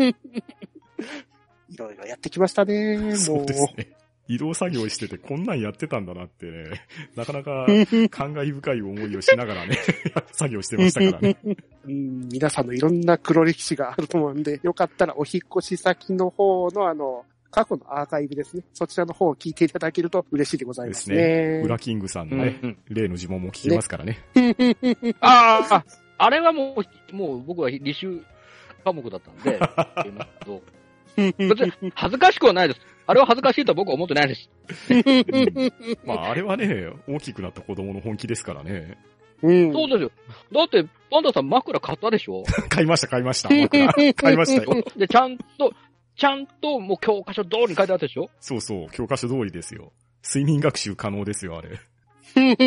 [SPEAKER 3] いろいろやってきましたね、
[SPEAKER 2] そ
[SPEAKER 3] も
[SPEAKER 2] う
[SPEAKER 3] う。
[SPEAKER 2] です ね。移動作業しててこんなんやってたんだなってね、なかなか感慨深い思いをしながらね、 作業してましたからね。
[SPEAKER 3] うん皆さんのいろんな黒歴史があると思うんで、よかったらお引っ越し先の方のあの、過去のアーカイブですね。そちらの方を聞いていただけると嬉しいでございますね。
[SPEAKER 2] 裏キングさんのね、
[SPEAKER 1] うん
[SPEAKER 2] 例の呪文も聞きますからね。
[SPEAKER 1] ああ、あれはもう、もう僕は履修科目だったん で、言いますけど 別に恥ずかしくはないです。あれは恥ずかしいとは僕は思ってないです。
[SPEAKER 2] まあ、あれはね、大きくなった子供の本気ですからね。
[SPEAKER 3] う ん。
[SPEAKER 1] そうですよ。だって、パンダさん枕買ったでしょ
[SPEAKER 2] 買いました、買いました。枕買いましたよ。
[SPEAKER 1] で、ちゃんと、ちゃんともう教科書通りに書いてあったでしょ
[SPEAKER 2] そうそう、教科書通りですよ。睡眠学習可能ですよ、あれ。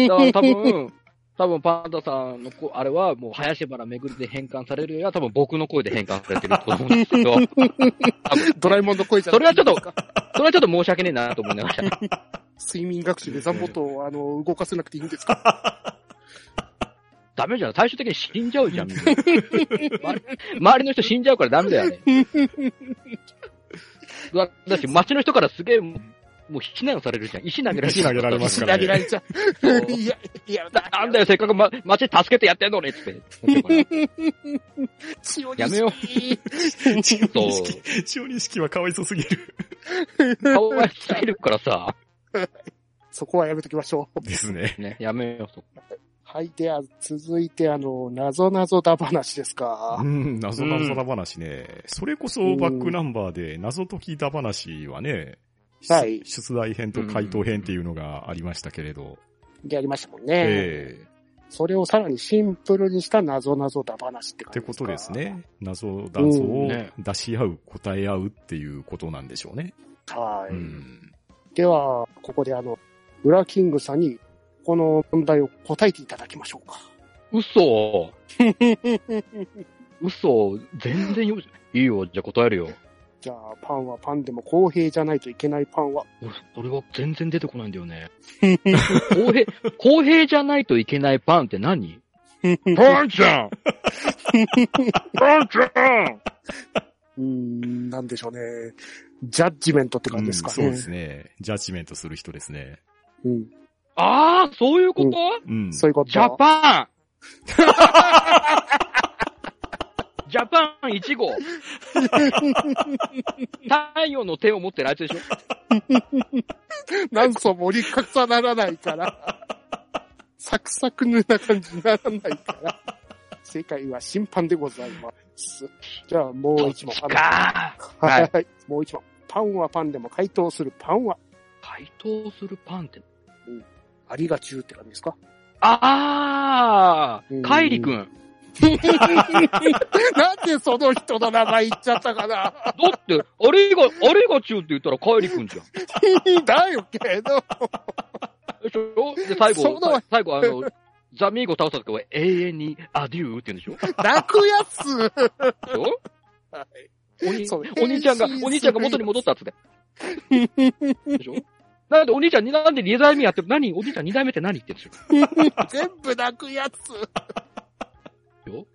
[SPEAKER 1] だから多 分、多分パンダさんのこあれはもう林原めぐりで変換されるよりは多分僕の声で変換されてると思うんですけ ど、多分
[SPEAKER 3] ドラえもんの声じゃな
[SPEAKER 1] それはちょっと
[SPEAKER 3] いいですか
[SPEAKER 1] それはちょっと申し訳ねえなと思いながら。
[SPEAKER 3] 睡眠学習でザンボとをあの、動かせなくていいんですか
[SPEAKER 1] ダメじゃん。最終的に死んじゃうじゃん。みん な周り周りの人死んじゃうからダメだよね。だだし、街の人からすげえ、もうもう非難されるじゃん。石投げられる
[SPEAKER 2] 石投げられますから
[SPEAKER 3] 投げられちゃ
[SPEAKER 1] そう
[SPEAKER 3] う。いや、いや、だ
[SPEAKER 1] なんだよ、せっかく、ま、街助けてやってんのにっつって。
[SPEAKER 3] 血を
[SPEAKER 1] やめよ
[SPEAKER 2] 中
[SPEAKER 1] そう
[SPEAKER 2] 二式、中二式はかわいそうすぎる。
[SPEAKER 1] 顔がすぎるからさ。
[SPEAKER 3] そこはやめときましょう。
[SPEAKER 2] ですね。
[SPEAKER 1] ね、やめよう。
[SPEAKER 3] はい。では、続いて、あの、謎謎だ話です
[SPEAKER 2] う
[SPEAKER 3] か。
[SPEAKER 2] ん、謎謎だ話ね。それこそバックナンバーで謎解きだ話はね、
[SPEAKER 3] はい
[SPEAKER 2] 出出題編と回答編っていうのがありましたけれど。
[SPEAKER 3] やりましたもんね。
[SPEAKER 2] ええ
[SPEAKER 3] それをさらにシンプルにした謎謎だ話って
[SPEAKER 2] っ
[SPEAKER 3] 感じ
[SPEAKER 2] て
[SPEAKER 3] ですか。
[SPEAKER 2] ことです。ね。謎、謎
[SPEAKER 3] うん
[SPEAKER 2] を
[SPEAKER 1] ね
[SPEAKER 2] 出し合う、答え合うっていうことなんでしょうね。
[SPEAKER 3] はい。
[SPEAKER 2] うん。
[SPEAKER 3] では、ここであの、ウラキングさんに、この問題を答えていただきましょうか。
[SPEAKER 1] 嘘。嘘。全然よ、いいよ。じゃあ答えるよ。
[SPEAKER 3] じゃあ、パンはパンでも公平じゃないといけないパン は、
[SPEAKER 1] 俺、それは全然出てこないんだよね。公平、公平じゃないといけないパンって何パンちゃ んパンちゃん
[SPEAKER 3] うーん、なんでしょうね。ジャッジメントって感じですかね。
[SPEAKER 2] うんそうですね。ジャッジメントする人ですね。
[SPEAKER 3] うん。
[SPEAKER 1] ああ、そういうこと、
[SPEAKER 2] うん。
[SPEAKER 3] そういうこと。
[SPEAKER 1] ジャパ ンジャパン1号 太陽の手を持ってるあいつでしょ
[SPEAKER 3] 何層も折り重ならないから。サクサクな感じにならないから。正解は審判でございます。じゃあもう一問。あの
[SPEAKER 1] か
[SPEAKER 3] は
[SPEAKER 1] はい
[SPEAKER 3] い。もう一問。パンはパンでも回答するパンは
[SPEAKER 1] 解凍するパンって。
[SPEAKER 3] ありがちゅうって感じですか
[SPEAKER 1] あ
[SPEAKER 3] うん
[SPEAKER 1] あカイリ君。
[SPEAKER 3] なんでその人の名前言っちゃったかな
[SPEAKER 1] だって、あれが、あれがちゅうって言ったらカイリ君じゃん。
[SPEAKER 3] だよけど。
[SPEAKER 1] でしょで、最
[SPEAKER 3] そ
[SPEAKER 1] 後、
[SPEAKER 3] んなわ
[SPEAKER 1] さ最後、あの、 ザ・ミーゴ倒した時は永遠にアデューって言うんでしょ
[SPEAKER 3] 泣くやつ
[SPEAKER 1] でしょおに
[SPEAKER 3] そう
[SPEAKER 1] お兄ちゃんが、
[SPEAKER 3] 変身
[SPEAKER 1] お兄ちゃんが元に戻ったっつって。でしょなんでお兄ちゃんに、なんで二代目やってる何お兄ちゃん二代目って何って言ってるんで
[SPEAKER 3] 全部泣くやつ
[SPEAKER 1] す よ。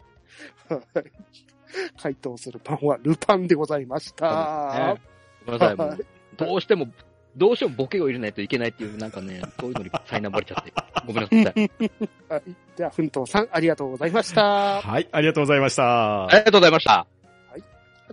[SPEAKER 3] 回答するパンはルパンでございました
[SPEAKER 1] ね。ごめんなさい、も。
[SPEAKER 3] はいう
[SPEAKER 1] どうしても、どうしてもボケを入れないといけないっていう、なんかね、そういうのに苛まれちゃって。ごめんなさい。
[SPEAKER 3] はい。では、奮闘さん、ありがとうございました。
[SPEAKER 2] はい、ありがとうございました。
[SPEAKER 1] ありがとうございました。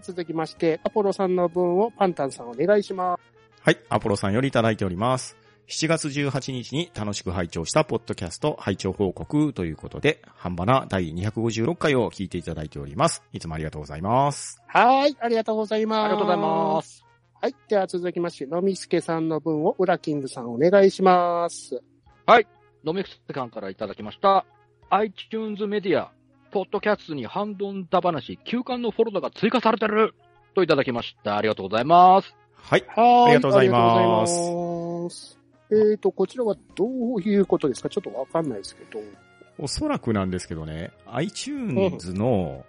[SPEAKER 3] 続きまして、アポロさんの分をパンタンさんお願いします。
[SPEAKER 2] はい、アポロさんよりいただいております。7月18日に楽しく拝聴したポッドキャスト拝聴報告ということで、半ばな第256回を聞いていただいております。いつもありがとうございます。
[SPEAKER 3] はい。ありがとうございます。。
[SPEAKER 1] ありがとうございます
[SPEAKER 3] はい。では、続きまして、のみすけさんの分をウラキングさんお願いします。
[SPEAKER 1] ノミクスさんからいただきました。iTunes メディア、ポッドキャストにハンドンダ話、休館のフォルダが追加されてるといただきました。ありがとうございます。
[SPEAKER 2] はい、
[SPEAKER 3] はい
[SPEAKER 2] ありがとうございます
[SPEAKER 3] ありがとうございますえっ、と、こちらはどういうことですかちょっとわかんないですけど。
[SPEAKER 2] おそらくなんですけどね、iTunes の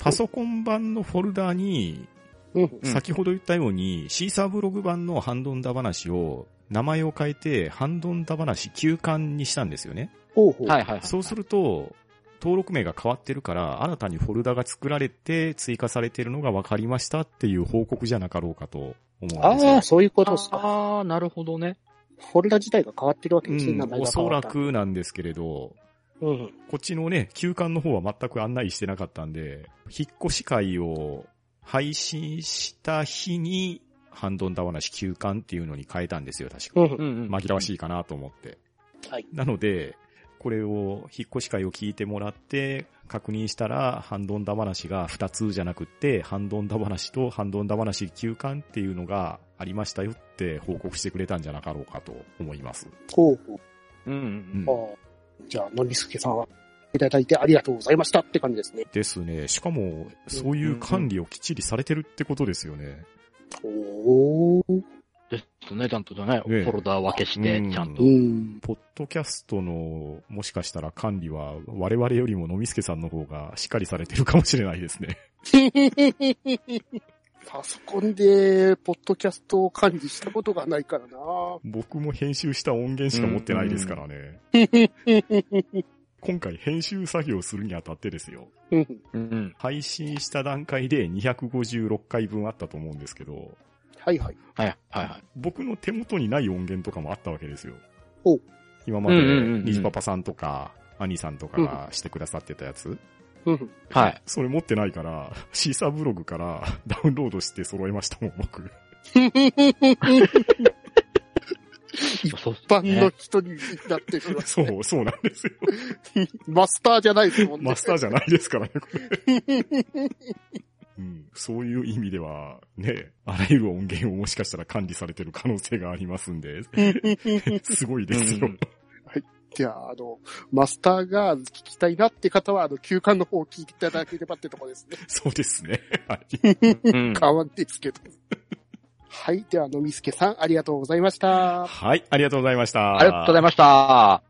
[SPEAKER 2] パソコン版のフォルダに、
[SPEAKER 3] うん。
[SPEAKER 1] うん
[SPEAKER 2] 先ほど言ったように、シーサーブログ版のハンドンダ話を、名前を変えて、ハンドンダ話休館にしたんですよね。
[SPEAKER 3] ほうほう。。
[SPEAKER 1] はいいはい。
[SPEAKER 2] そうすると、登録名が変わってるから、新たにフォルダが作られて追加されてるのが分かりましたっていう報告じゃなかろうかと思うんですよ。
[SPEAKER 3] ああ、そういうことですか。
[SPEAKER 1] ああ、なるほどね。
[SPEAKER 3] フォルダ自体が変わってるわけ
[SPEAKER 2] う
[SPEAKER 3] ですね、
[SPEAKER 2] ん、
[SPEAKER 3] 名前
[SPEAKER 2] お
[SPEAKER 3] が変
[SPEAKER 2] そ
[SPEAKER 3] わ
[SPEAKER 2] ら
[SPEAKER 3] った。
[SPEAKER 2] くなんですけれど、
[SPEAKER 3] うん。
[SPEAKER 2] こっちのね、休館の方は全く案内してなかったんで、引っ越し会を配信した日に、ハンドンダワナシ休館っていうのに変えたんですよ、確か。
[SPEAKER 3] うん。
[SPEAKER 1] ん、うん
[SPEAKER 2] 紛らわし
[SPEAKER 1] い。
[SPEAKER 2] いかなと思って。
[SPEAKER 3] はい。
[SPEAKER 2] なので、これを、引っ越し会を聞いてもらって、確認したら、ハンドンダ話が2つじゃなくって、ハンドンダ話とハンドンダ話休館っていうのがありましたよって報告してくれたんじゃなかろうかと思います。
[SPEAKER 3] ほうほう
[SPEAKER 1] うんう
[SPEAKER 2] うんん、
[SPEAKER 3] ああじゃあ、のりすけさんは、いただいてありがとうございましたって感じですね。
[SPEAKER 2] ですね。しかも、そういう管理をきっちりされてるってことですよね。
[SPEAKER 3] おー。
[SPEAKER 1] ですね、ちゃんとじゃない、フ
[SPEAKER 2] ええ
[SPEAKER 1] ォルダ分けし
[SPEAKER 2] う
[SPEAKER 1] て
[SPEAKER 2] ん、
[SPEAKER 1] ちゃんと
[SPEAKER 3] う。ん。
[SPEAKER 2] ポッドキャストの、もしかしたら管理は、我々よりものみすけさんの方がしっかりされてるかもしれないですね。
[SPEAKER 3] パソコンで、ポッドキャストを管理したことがないからな。
[SPEAKER 2] 僕も編集した音源しか持ってないですからね。 今回編集作業するにあたってですよ。
[SPEAKER 3] うん。
[SPEAKER 1] うん。
[SPEAKER 2] 配信した段階で256回分あったと思うんですけど、
[SPEAKER 3] はいはい。
[SPEAKER 1] はい、はい、はい。
[SPEAKER 2] 僕の手元にない音源とかもあったわけですよ
[SPEAKER 3] ほう。
[SPEAKER 2] 今まで
[SPEAKER 1] うんうんうんう、ん
[SPEAKER 2] ニジパパさんとか、アニさんとかがしてくださってたやつ、
[SPEAKER 3] うん。
[SPEAKER 1] はい。
[SPEAKER 2] それ持ってないから、シーサーブログからダウンロードして揃えましたもん、僕。
[SPEAKER 1] そう
[SPEAKER 3] 一般の人になってるわけ
[SPEAKER 2] そう、そうなんですよ。
[SPEAKER 3] マスターじゃないですもんね。
[SPEAKER 2] マスターじゃないですからね、これ。うん、そういう意味では、ね、あらゆる音源をもしかしたら管理されてる可能性がありますんで、すごいですよ。
[SPEAKER 1] うん
[SPEAKER 3] じゃあ、あの、マスターが聞きたいなって方は、あの、休館の方を聞いていただければってとこですね。
[SPEAKER 2] そうですね。はい
[SPEAKER 1] うん
[SPEAKER 3] 変わんないですけど。はい。では、のみすけさん、ありがとうございました。
[SPEAKER 2] はい、ありがとうございました。
[SPEAKER 1] ありがとうございました。
[SPEAKER 3] は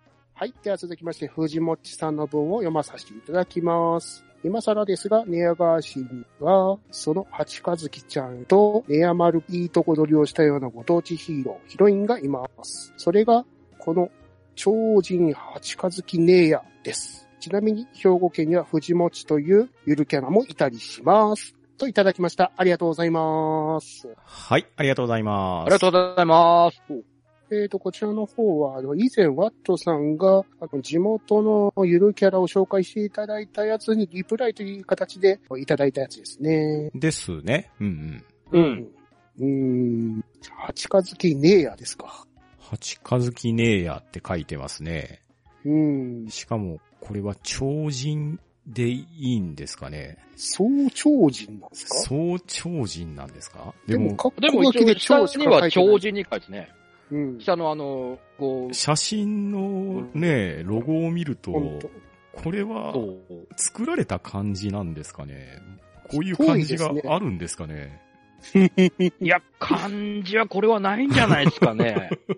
[SPEAKER 3] い。では続きまして、藤もっちさんの文を読まさせていただきます。今更ですが、ネアガーシンは、その八和樹ちゃんとネア丸いいとこ取りをしたようなご当地ヒーロー、ヒロインがいます。それが、この超人八和樹ネアです。ちなみに、兵庫県には藤もちというゆるキャラもいたりします。といただきました。ありがとうございます。
[SPEAKER 2] はい、ありがとうございます。
[SPEAKER 1] ありがとうございます。
[SPEAKER 3] えー、と、こちらの方は、あの、以前、ワットさんが、あの、地元のゆるキャラを紹介していただいたやつにリプライという形でいただいたやつですね。
[SPEAKER 2] ですね。うん
[SPEAKER 1] う
[SPEAKER 2] うん。
[SPEAKER 1] ん。。
[SPEAKER 3] うーん。八日月ねえやですか。
[SPEAKER 2] 八日月ネーヤって書いてますね。
[SPEAKER 3] うーん。
[SPEAKER 2] しかも、これは超人でいいんですかね。
[SPEAKER 3] 総超人なんですか
[SPEAKER 2] 総超人なんですか
[SPEAKER 3] でも、かっ
[SPEAKER 1] で
[SPEAKER 3] こ
[SPEAKER 1] も
[SPEAKER 3] よ
[SPEAKER 1] 一
[SPEAKER 3] き
[SPEAKER 1] 応、
[SPEAKER 3] で
[SPEAKER 1] 下
[SPEAKER 3] 超し
[SPEAKER 1] に
[SPEAKER 3] か書
[SPEAKER 1] はい
[SPEAKER 3] てない。
[SPEAKER 1] 超人に書いてね。
[SPEAKER 3] うん。
[SPEAKER 1] 下のあの、こう、
[SPEAKER 2] 写真のね、ロゴを見ると、
[SPEAKER 3] 本当
[SPEAKER 2] これは
[SPEAKER 1] そう
[SPEAKER 2] 作られた感じなんですかね。こういう感じが
[SPEAKER 3] そうですね
[SPEAKER 2] あるんですかね。
[SPEAKER 1] いや、感じはこれはないんじゃないですか ね。
[SPEAKER 3] あ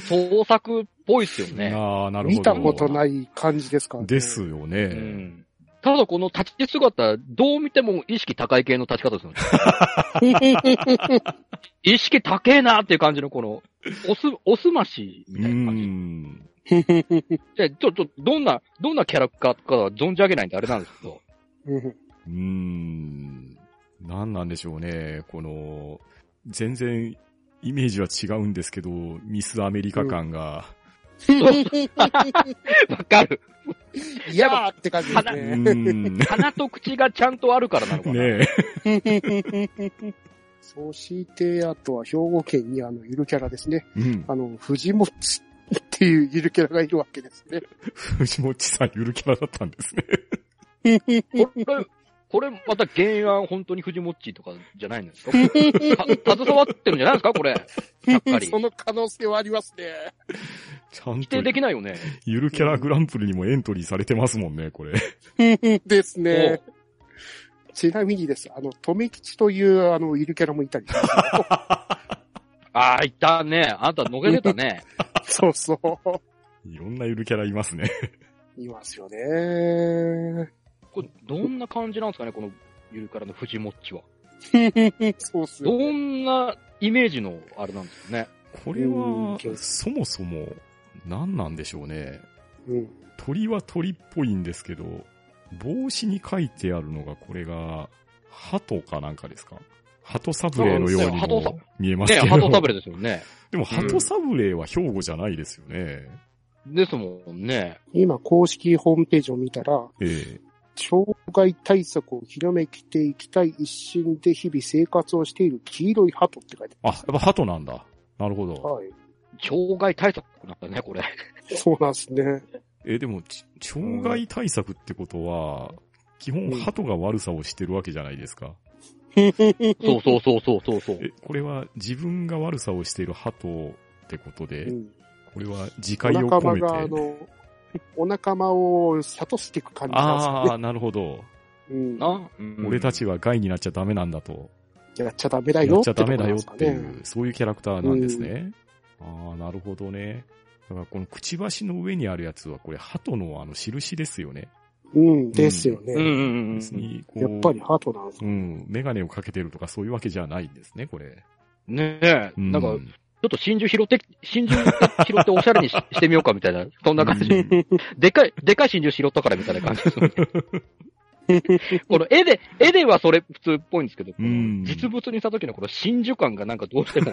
[SPEAKER 1] 創作っぽいっすよね。
[SPEAKER 2] ああ、な
[SPEAKER 3] ー
[SPEAKER 2] るほど。
[SPEAKER 3] 見たことない感じですからね。
[SPEAKER 2] です。よね。
[SPEAKER 1] うんただこの立ち姿、どう見ても意識高い系の立ち方ですよね。 意識高えなっていう感じのこの、おす、おすましみたいな感じ。
[SPEAKER 2] ん。
[SPEAKER 1] で、ちょ、ちょ、どんな、どんなキャラクターかは存じ上げないんであれなんですけど。
[SPEAKER 3] うん
[SPEAKER 2] うーん。何なんでしょうね。この、全然イメージは違うんですけど、ミスアメリカ感が。
[SPEAKER 1] わかる。
[SPEAKER 3] いやーって感じです
[SPEAKER 2] う
[SPEAKER 1] う
[SPEAKER 3] ね。
[SPEAKER 2] ーん。ね
[SPEAKER 1] 鼻と口がちゃんとあるからなのかな。
[SPEAKER 2] え。
[SPEAKER 3] そして、あとは兵庫県にあの、ゆるキャラですね。
[SPEAKER 2] うん。
[SPEAKER 3] あの、藤持っていうゆるキャラがいるわけですね。
[SPEAKER 2] 藤本さん、ゆるキャラだったんですね。
[SPEAKER 1] これ、これまた原案本当に藤もっちとかじゃないんですかた携わってるんじゃないですかこれ。やっぱり
[SPEAKER 3] そ。の可能性はありますね。
[SPEAKER 2] ちゃん
[SPEAKER 1] 否
[SPEAKER 2] と
[SPEAKER 1] 定、できないよね。
[SPEAKER 2] ゆるキャラグランプリにもエントリーされてますもんね、これ。
[SPEAKER 3] ですね。ちなみにです、あの、留吉という、あの、ゆるキャラもいたりしますよ
[SPEAKER 1] ああ、いたね。あんた逃げてたね。
[SPEAKER 3] そうそう。
[SPEAKER 2] いろんなゆるキャラいますね。
[SPEAKER 3] いますよね。
[SPEAKER 1] これ、どんな感じなんですかねこのゆるからの藤もっちは。
[SPEAKER 3] そうっす
[SPEAKER 1] ど
[SPEAKER 3] よね。
[SPEAKER 1] んなイメージのあれなんですかね
[SPEAKER 2] これ
[SPEAKER 3] う
[SPEAKER 2] は
[SPEAKER 3] ん、
[SPEAKER 2] そもそも、何なんでしょうね。
[SPEAKER 3] うん。
[SPEAKER 2] 鳥は鳥っぽいんですけど、帽子に書いてあるのが、これが、鳩かなんかですか鳩サブレーのように
[SPEAKER 1] そうですね
[SPEAKER 2] も見えます
[SPEAKER 1] ね
[SPEAKER 2] けど。
[SPEAKER 1] ハトサブレですよね。
[SPEAKER 2] でも、鳩サブレーは兵庫じゃないですよね。
[SPEAKER 1] ですもんね。
[SPEAKER 3] 今、公式ホームページを見たら、
[SPEAKER 2] え
[SPEAKER 3] 障害対策を広めていきたい一心で日々生活をしている黄色い鳩って書いて
[SPEAKER 2] えあ、やっぱ鳩なんだ。なるほ
[SPEAKER 3] あ
[SPEAKER 2] ど
[SPEAKER 3] る。。はい。
[SPEAKER 1] 障害対策なんだね、これ。
[SPEAKER 3] そうなんですね。
[SPEAKER 2] え、でも、ち障害対策ってことは、基本、鳩が悪さをしてるわけじゃないですか。
[SPEAKER 1] そうそうそうそうそうそう。
[SPEAKER 2] え、これは自分が悪さをしている鳩ってことで、
[SPEAKER 3] うん
[SPEAKER 2] これは
[SPEAKER 3] お
[SPEAKER 2] 自戒を
[SPEAKER 3] 仲間
[SPEAKER 2] 込
[SPEAKER 3] が、あ
[SPEAKER 2] めて。
[SPEAKER 3] の、お仲間を諭していく感じなん
[SPEAKER 2] ああ、なるほど。
[SPEAKER 3] ですよね。うん。
[SPEAKER 1] な、うん
[SPEAKER 2] 俺たちは害になっちゃダメなんだと。
[SPEAKER 3] やっちゃダメだ
[SPEAKER 2] や
[SPEAKER 3] よ
[SPEAKER 2] っ
[SPEAKER 3] っ
[SPEAKER 2] ちゃ
[SPEAKER 3] てと
[SPEAKER 2] ダ
[SPEAKER 3] こ
[SPEAKER 2] メ
[SPEAKER 3] な
[SPEAKER 2] だ
[SPEAKER 3] ん
[SPEAKER 2] よ
[SPEAKER 3] で
[SPEAKER 2] っ
[SPEAKER 3] すか
[SPEAKER 2] てい
[SPEAKER 3] ね。
[SPEAKER 2] う、そういうキャラクターなんですね。ああ、なるほどね。だからこのくちばしの上にあるやつは、これ、鳩のあの印ですよね。
[SPEAKER 3] うん、ですよ
[SPEAKER 1] うんう
[SPEAKER 3] ね。
[SPEAKER 1] んうん
[SPEAKER 2] 別にこう
[SPEAKER 3] やっぱり。鳩なんです
[SPEAKER 2] う
[SPEAKER 3] ね。
[SPEAKER 2] ん、メガネをかけてるとかそういうわけじゃないんですね、これ。
[SPEAKER 1] うん。ねえ、
[SPEAKER 2] う
[SPEAKER 1] なんか、ちょっと真珠拾って、真珠拾っておしゃれにししてみようかみたい な、そんな感じ。
[SPEAKER 2] うん
[SPEAKER 1] でかい、でかい真珠拾ったからみたいな感 じです。この絵で、絵ではそれ普通っぽいんですけど、この
[SPEAKER 2] うん
[SPEAKER 1] 実物にした時のこの真珠感がなんかどうして も、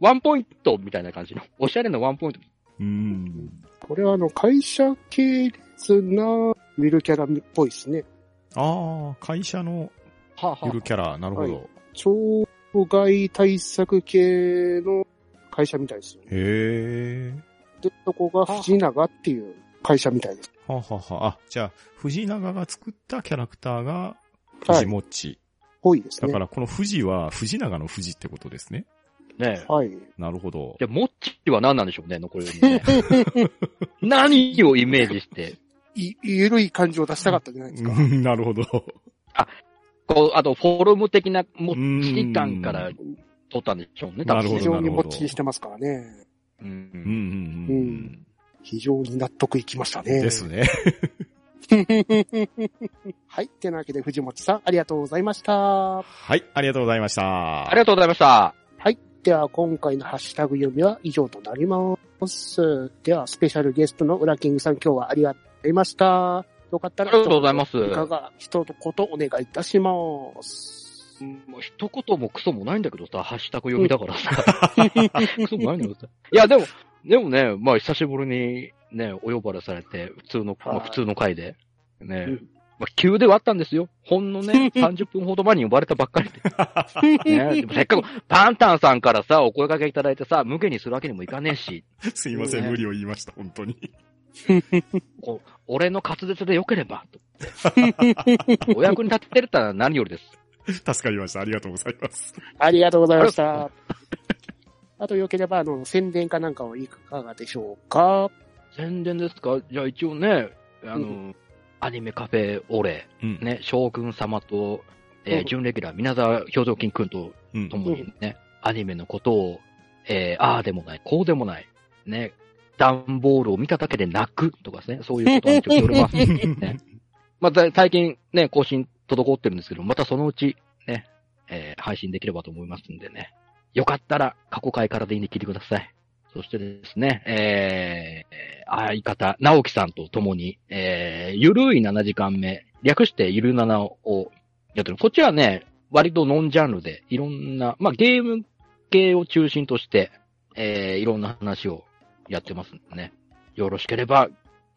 [SPEAKER 1] ワンポイントみたいな感じの、おしゃれなワンポイント。
[SPEAKER 2] うん。
[SPEAKER 3] これはあの、会社系列なゆるキャラっぽいですね。
[SPEAKER 2] ああ、会社の
[SPEAKER 1] はあ
[SPEAKER 2] ゆ
[SPEAKER 1] は
[SPEAKER 2] るキャラ、なるほど。
[SPEAKER 3] 障害対策系の会社みたいですよね。
[SPEAKER 2] へえ。
[SPEAKER 3] で、そこが藤永っていう会社みたいです。
[SPEAKER 2] ははは。あ、じゃあ、藤永が作ったキャラクターが、
[SPEAKER 3] は
[SPEAKER 2] 藤
[SPEAKER 3] い。
[SPEAKER 2] もっち。
[SPEAKER 3] ぽいです
[SPEAKER 2] だか
[SPEAKER 3] ね。
[SPEAKER 2] ら、この藤は、藤永の藤ってことですね。
[SPEAKER 1] あ。ねえ。
[SPEAKER 3] はい。
[SPEAKER 2] なるほど
[SPEAKER 1] じ。ゃあ、モッチは何なんでしょうね、 残りのね。何をイメージして。
[SPEAKER 3] い、ゆるい感じを出したかったじゃないですか。
[SPEAKER 2] うんなるほど。
[SPEAKER 1] こう、あと、フォルム的な、も
[SPEAKER 2] う
[SPEAKER 1] っ
[SPEAKER 2] ん
[SPEAKER 1] ち感から撮ったんでしょうね、多分ね
[SPEAKER 2] なるほど
[SPEAKER 3] 非常にもっちりしてますからね。
[SPEAKER 1] う
[SPEAKER 2] う
[SPEAKER 1] ん
[SPEAKER 2] んうんうん
[SPEAKER 3] 非常に納得いきました
[SPEAKER 2] う
[SPEAKER 3] ね。
[SPEAKER 2] ん。ですね。
[SPEAKER 3] はい。てなわけで、藤本さん、ありがとうございました。
[SPEAKER 2] はい、ありがとうございました。
[SPEAKER 1] ありがとうございました。
[SPEAKER 3] では、今回のハッシュタグ読みは以上となります。では、スペシャルゲストのウラキングさん、今日はありがとうございました。よかったら、
[SPEAKER 1] ありがとうございます
[SPEAKER 3] いかが、一言お願いいたします。
[SPEAKER 1] もう一言もクソもないんだけどさ、ハッシュタグ読みだからさ。 クソもないんだけどさ。いや、でも、でもね、まあ久しぶりにね、お呼ばれされて、普通の、まあ
[SPEAKER 3] はい
[SPEAKER 1] 普通の回で、ね
[SPEAKER 3] うん、
[SPEAKER 1] まあ急ではあったんですよ。ほんのね、30分ほど前に呼ばれたばっかりで。ね、 でもせっかく、パンタンさんからさ、お声掛けいただいてさ、無限にするわけにもいかねえし、
[SPEAKER 2] すいません、
[SPEAKER 1] ね
[SPEAKER 2] 無理を言いました、本当に。
[SPEAKER 1] こう俺の滑舌で良ければ、 と。お役に立てれたら何よりです。
[SPEAKER 2] 助かりました。ありがとうございます。
[SPEAKER 3] ありがとうございまし
[SPEAKER 1] ありが
[SPEAKER 3] た。あと、よければ、あの、宣伝かなんかはいかがでしょうか
[SPEAKER 1] 宣伝ですかじゃあ一応ね、あの、
[SPEAKER 3] う
[SPEAKER 1] アニメカフェオレ、
[SPEAKER 2] うん
[SPEAKER 1] ね、将軍様と、え
[SPEAKER 3] う
[SPEAKER 1] ー
[SPEAKER 3] ん
[SPEAKER 1] 準レギュラー、皆沢表情筋くんと
[SPEAKER 2] うん
[SPEAKER 1] 共にね、アニメのことを、えーああでもない、こうでもない、ね、段ボールを見ただけで泣くとかですね、そういうことにちょっとよります。ねまあ、ざ最近ね、更新滞ってるんですけど、またそのうちね、えー配信できればと思いますんでね。よかったら過去回からでいいんで聞いてください。そしてですね、えー、相方、直樹さんと共に、えー、ゆるい7時間目、略してゆる7をやってる。こっちはね、割とノンジャンルで、いろんな、まあ、ゲーム系を中心として、えー、いろんな話をやってますんでね。よろしければ、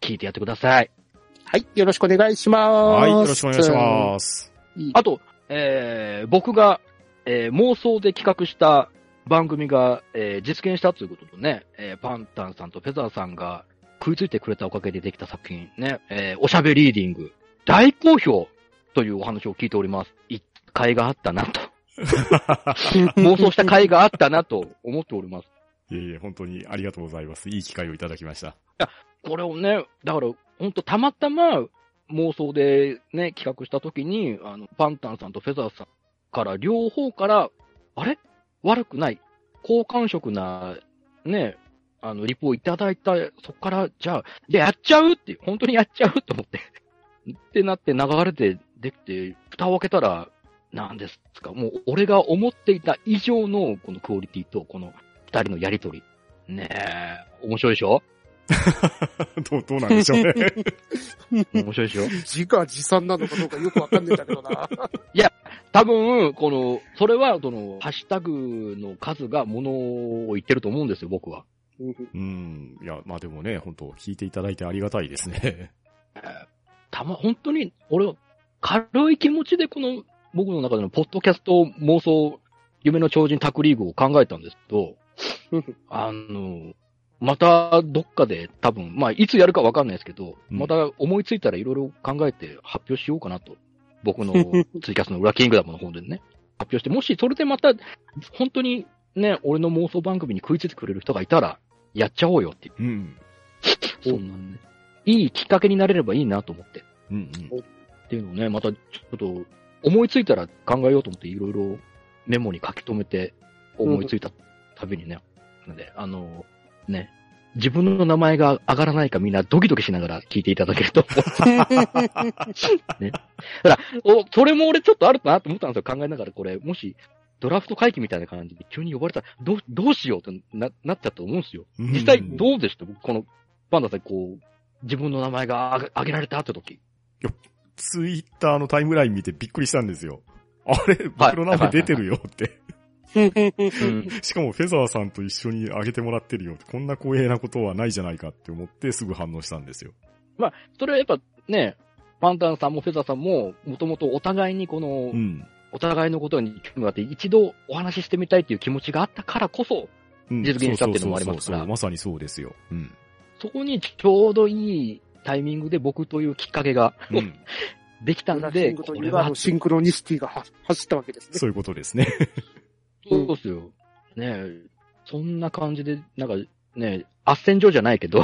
[SPEAKER 1] 聞いてやってください。
[SPEAKER 3] はい。よろしくお願いします。
[SPEAKER 2] はい、よろしくお願いします。
[SPEAKER 1] あと、えー僕が、えー妄想で企画した番組が、えー実現したということとね、えーパンタンさんとフェザーさんが食いついてくれたおかげでできた作品ね、えーおしゃべりーディング、大好評というお話を聞いております。一回があったなと。 妄想した回があったなと思っております。
[SPEAKER 2] いえいえ、本当にありがとうございます。いい機会をいただきました。
[SPEAKER 1] これをね、だから、ほんとたまたま妄想でね、企画したときに、あの、パンタンさんとフェザーさんから、両方から、あれ悪くない。好感触な、ね、あの、リポをいただいた、そこから、じゃあ、で、やっちゃうっていう、本当にやっちゃうと思って。ってなって流れてできて、蓋を開けたら、なんですか、もう俺が思っていた以上のこのクオリティと、この二人のやりとり。ねえ、面白いでしょ
[SPEAKER 2] どう、どうなんでしょうね。
[SPEAKER 1] 面白いでしょ。
[SPEAKER 3] 自画自賛なのかどうかよくわかんねえんだけどな。
[SPEAKER 1] 多分、この、それは、その、ハッシュタグの数がものを言ってると思うんですよ、僕は。
[SPEAKER 3] うん
[SPEAKER 2] うん。いや、まあでもね、本当聞いていただいてありがたいですね。
[SPEAKER 1] たま、本当に、俺、軽い気持ちでこの、僕の中でのポッドキャスト妄想、夢の超人タクリーグを考えたんですけ ど、あの、またどっかで多分、まあ、いつやるかわかんないですけど、
[SPEAKER 2] うん
[SPEAKER 1] また思いついたらいろいろ考えて発表しようかなと。僕 のツイキャスの裏キングダムの方でね、発表して、もしそれでまた、本当にね、俺の妄想番組に食いついてくれる人がいたら、やっちゃおうよっていう。
[SPEAKER 2] うん。
[SPEAKER 1] そんなね、いいきっかけになれればいいなと思って。
[SPEAKER 2] うん、
[SPEAKER 1] っていうのをね、またちょっと思いついたら考えようと思っていろいろメモに書き留めて思いついたたびにね、なんで、あの、ね、自分の名前が上がらないかみんなドキドキしながら聞いていただけると 思う。ね。だから、お、それも俺ちょっとあるかなと思ったんですよ。考えながらこれ、もし、ドラフト会議みたいな感じで急に呼ばれたら、どう、どうしようってな、なっちゃったと思うんですよ。
[SPEAKER 2] うん。
[SPEAKER 1] 実際どうでした、僕この、パンダさん、こう、自分の名前が上げ上げられたって時。
[SPEAKER 2] ツイッターのタイムライン見てびっくりしたんですよ。あれ僕の名前出てるよって。しかもフェザーさんと一緒に上げてもらってるよって。こんな光栄なことはないじゃないかって思ってすぐ反応したんですよ。
[SPEAKER 1] まあ、それはやっぱね、パンタンさんもフェザーさんも、もともとお互いにこの、
[SPEAKER 2] うん。
[SPEAKER 1] お互いのことに興味があって、一度お話ししてみたいっていう気持ちがあったからこそ、
[SPEAKER 2] うん
[SPEAKER 1] 実現したっていうのもありますから
[SPEAKER 2] そうそうそうそうまさにそうですよ。うん。
[SPEAKER 1] そこにちょうどいいタイミングで僕というきっかけが、
[SPEAKER 2] うん。
[SPEAKER 1] できた
[SPEAKER 3] ブ
[SPEAKER 1] ん
[SPEAKER 3] ラッシ
[SPEAKER 1] で、
[SPEAKER 3] ングと
[SPEAKER 1] こ
[SPEAKER 3] い
[SPEAKER 1] れ
[SPEAKER 3] うあ
[SPEAKER 1] は
[SPEAKER 3] の、シンクロニシティがは走ったわけですね。
[SPEAKER 2] そういうことですね。
[SPEAKER 1] そうですよ。ねえそんな感じで、なんか、ねえ、斡旋所じゃないけ ど、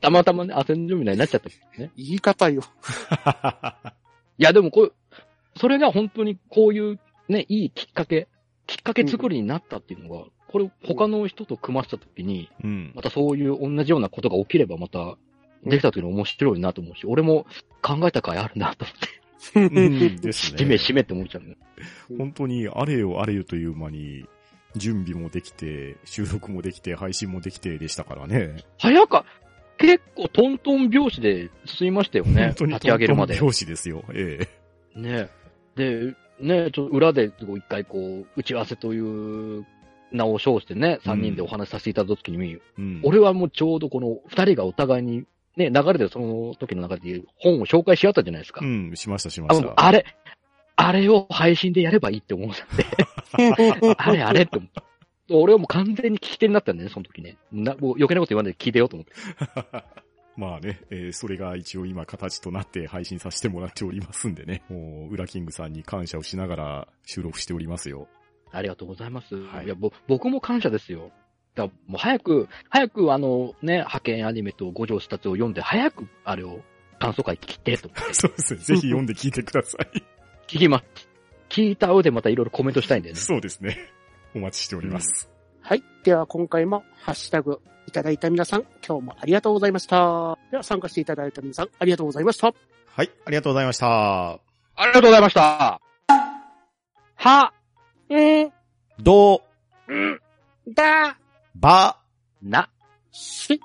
[SPEAKER 1] たまたまね、斡旋所みたいになっちゃったんですね。
[SPEAKER 3] 言い方 よ。
[SPEAKER 1] いや、でもこう、それが本当にこういうね、いいきっかけ、きっかけ作りになったっていうのが、これ他の人と組ませた時に、
[SPEAKER 2] うん
[SPEAKER 1] ま。たそういう同じようなことが起きればまた、できた時に面白いなと思うし、俺も考えた甲斐あるなと思って、
[SPEAKER 2] うん。です
[SPEAKER 1] しめ
[SPEAKER 2] ね。
[SPEAKER 1] しめって思っちゃうね。
[SPEAKER 2] 本当にあれよあれよという間に、準備もできて、収録もできて、配信もできてでしたからね。
[SPEAKER 1] 早か、結構トントン拍子で進みましたよね
[SPEAKER 2] 本、当に
[SPEAKER 1] 立ち上げるまで。
[SPEAKER 2] 教師ですよ。ええ。
[SPEAKER 1] ねで、ねちょっと裏でこう一回こう、打ち合わせという名を称してね、3人でお話しさせていただいた時に、
[SPEAKER 2] うん。
[SPEAKER 1] 俺はもうちょうどこの二人がお互いに、ね、流れでその時の中で本を紹介し合ったじゃないですか。
[SPEAKER 2] うん、しましたしま
[SPEAKER 1] あ
[SPEAKER 2] し
[SPEAKER 1] もう
[SPEAKER 2] た。
[SPEAKER 1] あれ、あれを配信でやればいいって思ったんで、あれあれって思った。 俺はもう完全に聞き手になったんだよね、その時ね。なもう余計なこと言わないで聞いてようと思って。
[SPEAKER 2] まあね、えーそれが一応今形となって配信させてもらっておりますんでね。もう、ウラキングさんに感謝をしながら収録しておりますよ。
[SPEAKER 1] ありがとうございます。
[SPEAKER 2] はい
[SPEAKER 1] い、やぼ僕も感謝ですよ。だからもう早く、早くあのね、派遣アニメと五条視察を読んで、早くあれを感想会聞いてと思って。
[SPEAKER 2] そうですね。ぜひ読んで聞いてください。
[SPEAKER 1] 聞きます。聞いた上でまたいろいろコメントしたいんだよね。
[SPEAKER 2] そうですね。お待ちしております。
[SPEAKER 3] はい。では今回もハッシュタグいただいた皆さん、今日もありがとうございました。では参加していただいた皆さん、ありがとうございました。
[SPEAKER 2] はい、ありがとうございました。
[SPEAKER 1] ありがとうございました。は、
[SPEAKER 3] え
[SPEAKER 2] どう、
[SPEAKER 3] だ、
[SPEAKER 2] ば、
[SPEAKER 1] な。
[SPEAKER 3] し、